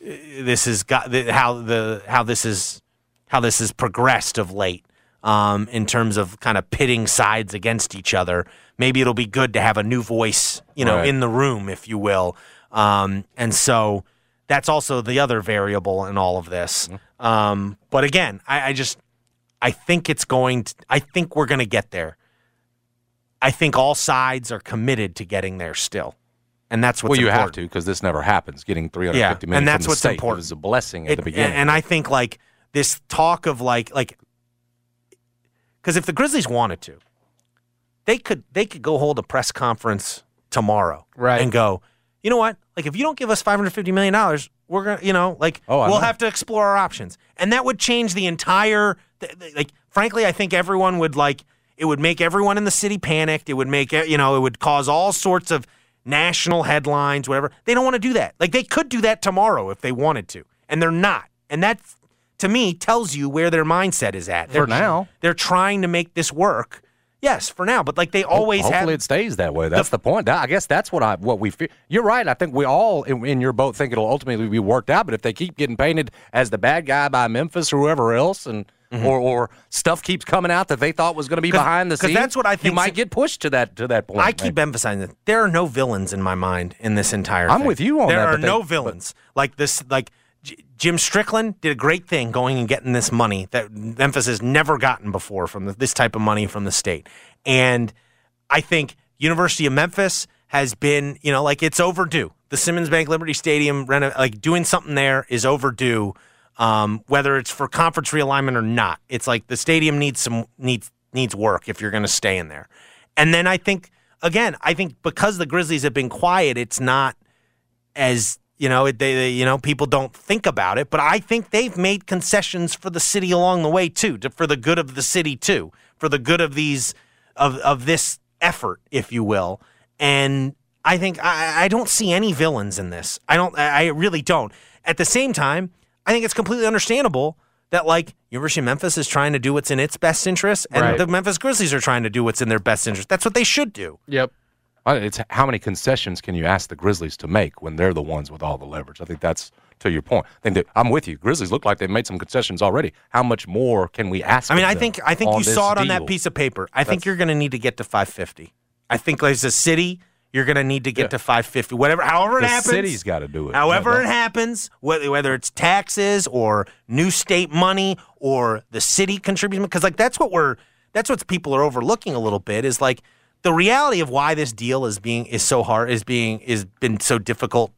this has got the, how the how this is how this has progressed of late um, in terms of kind of pitting sides against each other. Maybe it'll be good to have a new voice, you know,
Right.
in the room, if you will. Um, and so that's also the other variable in all of this.
Mm-hmm.
Um, but again, I, I just I think it's going. To, I think we're going to get there. I think all sides are committed to getting there still, and that's what's
well, you
important.
have to because this never happens. Getting three hundred
Yeah,
fifty million
and that's
from the
what's
state
important.
is a blessing at
It-
the beginning.
And, I think like this talk of like like because if the Grizzlies wanted to, they could they could go hold a press conference tomorrow,
Right.
And go, you know what? Like if you don't give us five hundred fifty million dollars, we're gonna you know like
I
we'll
know.
have to explore our options, and that would change the entire th- th- like. Frankly, I think everyone would like it would make everyone in the city panicked. It would make it- you know it would cause all sorts of national headlines, whatever. They don't want to do that. Like they could do that tomorrow if they wanted to, and they're not. And that, to me, tells you where their mindset is at. They're,
For now.
they're trying to make this work. Yes, for now, but like they always
Hopefully
have.
it stays that way. That's the, point. That- I guess that's what I what we feel. You're right. I think we all in, in your boat think it'll ultimately be worked out. But if they keep getting painted as the bad guy by Memphis or whoever else, and or, or stuff keeps coming out that they thought was going to be
Mm-hmm. 'Cause-
behind the
'cause
scenes,
that's what I
You
think-
might get pushed to that to that point.
I keep emphasizing that there are no villains in my mind in this entire.
I'm
thing.
with you on
there
that,
There are
but they-
no villains like this. Like J- Jim Strickland did a great thing going and getting this money that Memphis has never gotten before from the, this type of money from the state, and I think University of Memphis has been you know like it's overdue. The Simmons Bank Liberty Stadium reno- like doing something there is overdue. Um, whether it's for conference realignment or not, it's like the stadium needs some needs needs work if you're going to stay in there. And then I think again, I think because the Grizzlies have been quiet, it's not as you know it- they, they you know people don't think about it. But I think they've made concessions for the city along the way too, to, for the good of the city too, for the good of these of of this effort, if you will. And I think I, I don't see any villains in this. I don't. I I really don't. At the same time, I think it's completely understandable that like University of Memphis is trying to do what's in its best interest, and
Right.
the Memphis Grizzlies are trying to do what's in their best interest. That's what they should do.
Yep.
I- It's how many concessions can you ask the Grizzlies to make when they're the ones with all the leverage? I think that's to your point. I think that, I'm with you. Grizzlies look like they've made some concessions already. How much more can we ask?
I mean,
of
I
them
think I think
on
you
this
saw it on that
deal?
piece of paper. I think
That's-
you're going to need to get to 550. I think as a city, you're going to need to get to 550. Whatever, however it
The
happens,
city's got to do it.
However
Yeah,
it
no.
happens, whether whether it's taxes or new state money or the city contributing, because like that's what we're that's what people are overlooking a little bit is like the reality of why this deal is being is so hard is being is been so difficult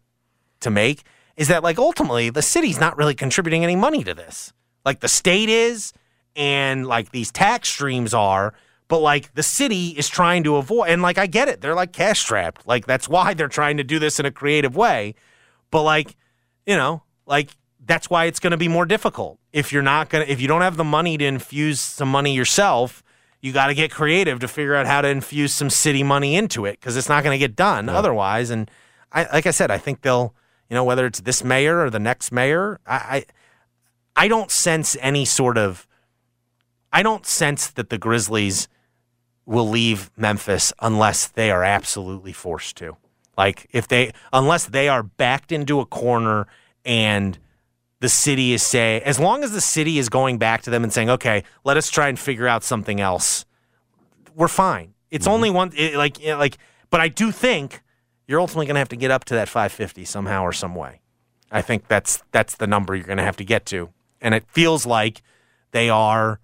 to make is that like ultimately the city's not really contributing any money to this. Like the state is and like these tax streams are, but like the city is trying to avoid and like I get it. They're like cash strapped. Like that's why they're trying to do this in a creative way. But like, you know, like that's why it's going to be more difficult. If you're not going to if you don't have the money to infuse some money yourself, you got to get creative to figure out how to infuse some city money into it cuz it's not going to get done otherwise and I like I said I think they'll, you know, whether it's this mayor or the next mayor, I I, I don't sense any sort of I don't sense that the Grizzlies will leave Memphis unless they are absolutely forced to. Like if they unless they are backed into a corner and the city is say as long as the city is going back to them and saying, "Okay, let us try and figure out something else." We're fine. It's only one it, like it, like but I do think you're ultimately going to have to get up to that 550 somehow or some way. I think that's that's the number you're going to have to get to. And it feels like they are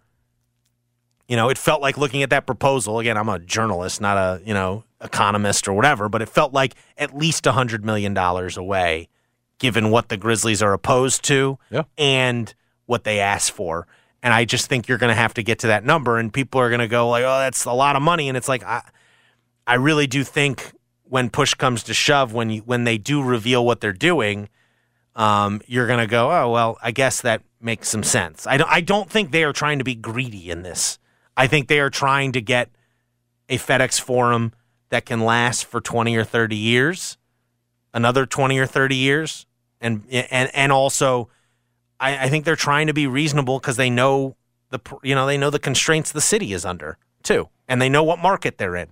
you know, it felt like looking at that proposal. Again, I'm a journalist, not a, you know, economist or whatever, but it felt like at least $100 million away, given what the Grizzlies are opposed to and what they asked for. And I just think you're going to have to get to that number, and people are going to go, like, oh, that's a lot of money. And it's like, I, I really do think when push comes to shove, when, you, when they do reveal what they're doing, um, you're going to go, oh, well, I guess that makes some sense. I don't, I don't think they are trying to be greedy in this. I think they are trying to get a FedEx forum that can last for 20 or 30 years, another 20 or 30 years. And, and, and also, I, I think they're trying to be reasonable because they know the, pr- you know, they know the constraints the city is under too. And they know what market they're in.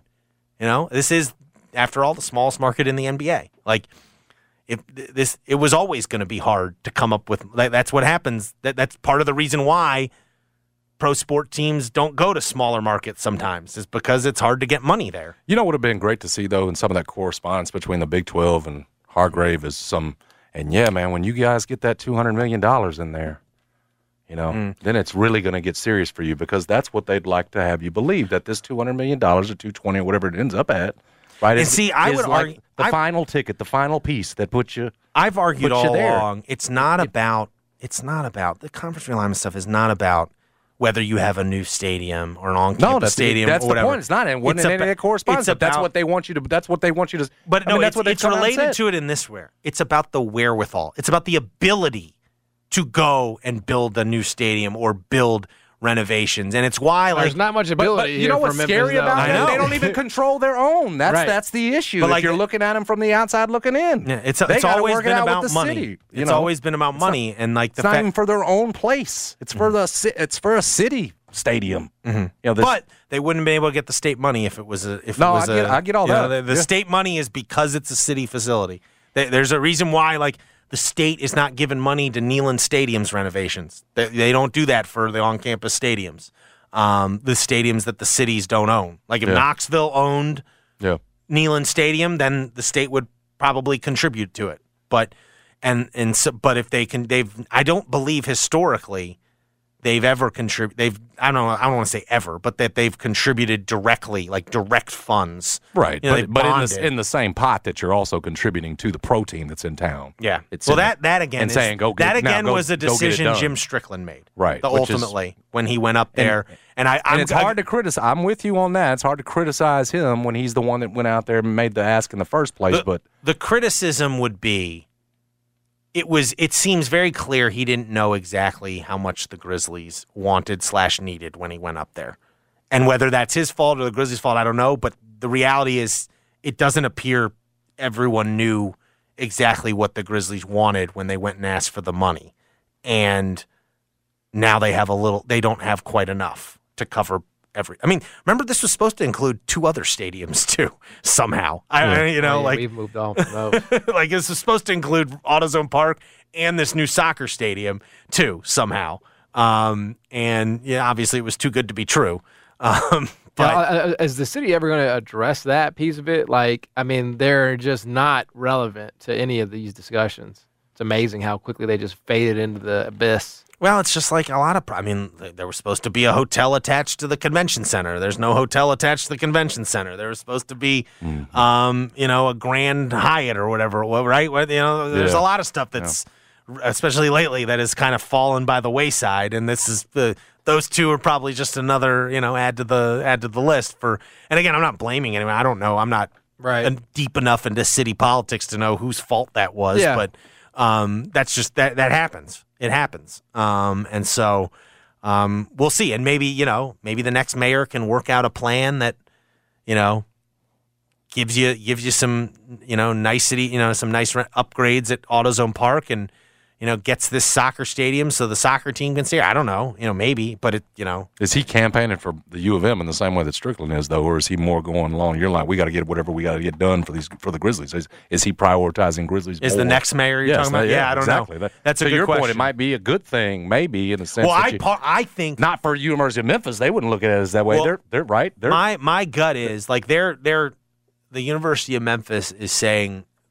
You know, this is, after all, the smallest market in the NBA. Like, if th- this it was always going to be hard to come up with that, that's what happens that that's part of the reason why pro sport teams don't go to smaller markets sometimes is because it's hard to get money there
You know what would have been great to see though in some of that correspondence between the Big Twelve and Hargrave is some and yeah, man, when you guys get that two hundred million dollars in there, you know,
Mm.
then it's really gonna get serious for you because that's what they'd like to have you believe that this two hundred million dollars or two twenty or whatever it ends up at, right?
And
is-
see, I
is
would
like
argue-
the
I-
final ticket, the final piece that puts you
I've argued
puts you
all
there.
along it's not about it's not about the conference realignment stuff is not about whether you have a new stadium or an on-campus
No, that's the,
stadium
that's
or
the
whatever.
point. It's not in one
It's
in
aba-
any of the correspondence.
it's
but that's
about-
what they want you to. That's what they want you to.
But
I
no,
mean, that's
it's,
what they
it's
come out and
related
said.
to it in this way. It's about the wherewithal. It's about the ability to go and build a new stadium or build renovations, and it's why like
There's not much
But- but
ability
you know what's scary about
I
that?
know.
They don't even control their own. That's
Right.
that's the issue.
But
But
like-
if you're looking at them from the outside looking in,
Yeah, it's
They
it's
gotta
always
work it
been
out with
about
the
money.
city, you
it's
know?
always been about
It's not-
money, and like the
it's not
fact Mm-hmm.
even for their own place. It's for the ci- it's for a city stadium. Mm-hmm. You know, this-
but they wouldn't be able to get the state money if it was a. If
No,
it was
I get-
a-
I get all
you know,
that.
the the
Yeah.
state money is because it's a city facility. There- There's a reason why, like the state is not giving money to Neyland Stadium's renovations. They, they don't do that for the on-campus stadiums, um, the stadiums that the cities don't own. Like if
Yeah.
Knoxville owned
yeah.
Neyland Stadium, then the state would probably contribute to it. But and and so, but if they can, they've I don't believe historically they've ever contributed. They've I don't know, I don't want to say ever, but that they've contributed directly, like direct funds.
Right,
You know,
but,
they've
but in, the,
bonded.
in the same pot that you're also contributing to the protein that's in town.
yeah.
It's
well,
in
that
the-
that again
and
is,
saying go get,
that
now
again
go-
was a
go get it
decision
done.
Jim Strickland made.
Right,
The,
which is-
ultimately when he went up there, and, I I'm,
and it's hard to criticize. I'm with you on that. It's hard to criticize him when he's the one that went out there and made the ask in the first place.
The-
but
the criticism would be it was it seems very clear he didn't know exactly how much the Grizzlies wanted slash needed when he went up there. And whether that's his fault or the Grizzlies' fault, I don't know. But the reality is it doesn't appear everyone knew exactly what the Grizzlies wanted when they went and asked for the money. And now they have a little they don't have quite enough to cover every I mean, remember this was supposed to include two other stadiums <laughs> too, somehow. I, I- you know,
Oh, yeah,
like
we've moved on from those.
<laughs> like this is supposed to include AutoZone Park and this new soccer stadium too somehow. Um, and yeah, obviously it was too good to be true. Um, <laughs> but
Now, uh, uh, is the city ever going to address that piece of it? Like, I mean, they're just not relevant to any of these discussions. It's amazing how quickly they just faded into the abyss.
well, it's just like a lot of. pro- I mean, th- there was supposed to be a hotel attached to the convention center. There's no hotel attached to the convention center. There was supposed to be,
Mm-hmm.
um, you know, a Grand Hyatt or whatever. it wa- Right? Well, You know, there's
Yeah.
a lot of stuff that's, especially lately, that has kind of fallen by the wayside. And this is the those two are probably just another, you know, add to the add to the list for. And again, I'm not blaming anyone. I don't know. I'm not
Right.
en- deep enough into city politics to know whose fault that was.
Yeah.
But um, that's just that that happens. It happens. Um, and so um, we'll see. And maybe you know, maybe the next mayor can work out a plan that you know gives you gives you some you know nicety you know some nice re- upgrades at AutoZone Park and you know gets this soccer stadium so the soccer team can stay. I don't know. You know maybe, but it you know
Is he campaigning for the U of M in the same way that Strickland is, though, or is he more going along? You're like, we got to get whatever we got to get done for these for the Grizzlies. Is, is he prioritizing Grizzlies?
Is the
more?
next mayor you're
Yes,
talking about?
that-
Yeah, I don't know.
exactly. That-
That's a
to
good
your point. It
question.
might be a good thing, maybe in the sense.
Well,
that
I
you-
par- I think
not for University of Memphis. They wouldn't look at it as that way.
Well,
they're they're right. They're
my my gut is like they're they're the University of Memphis is saying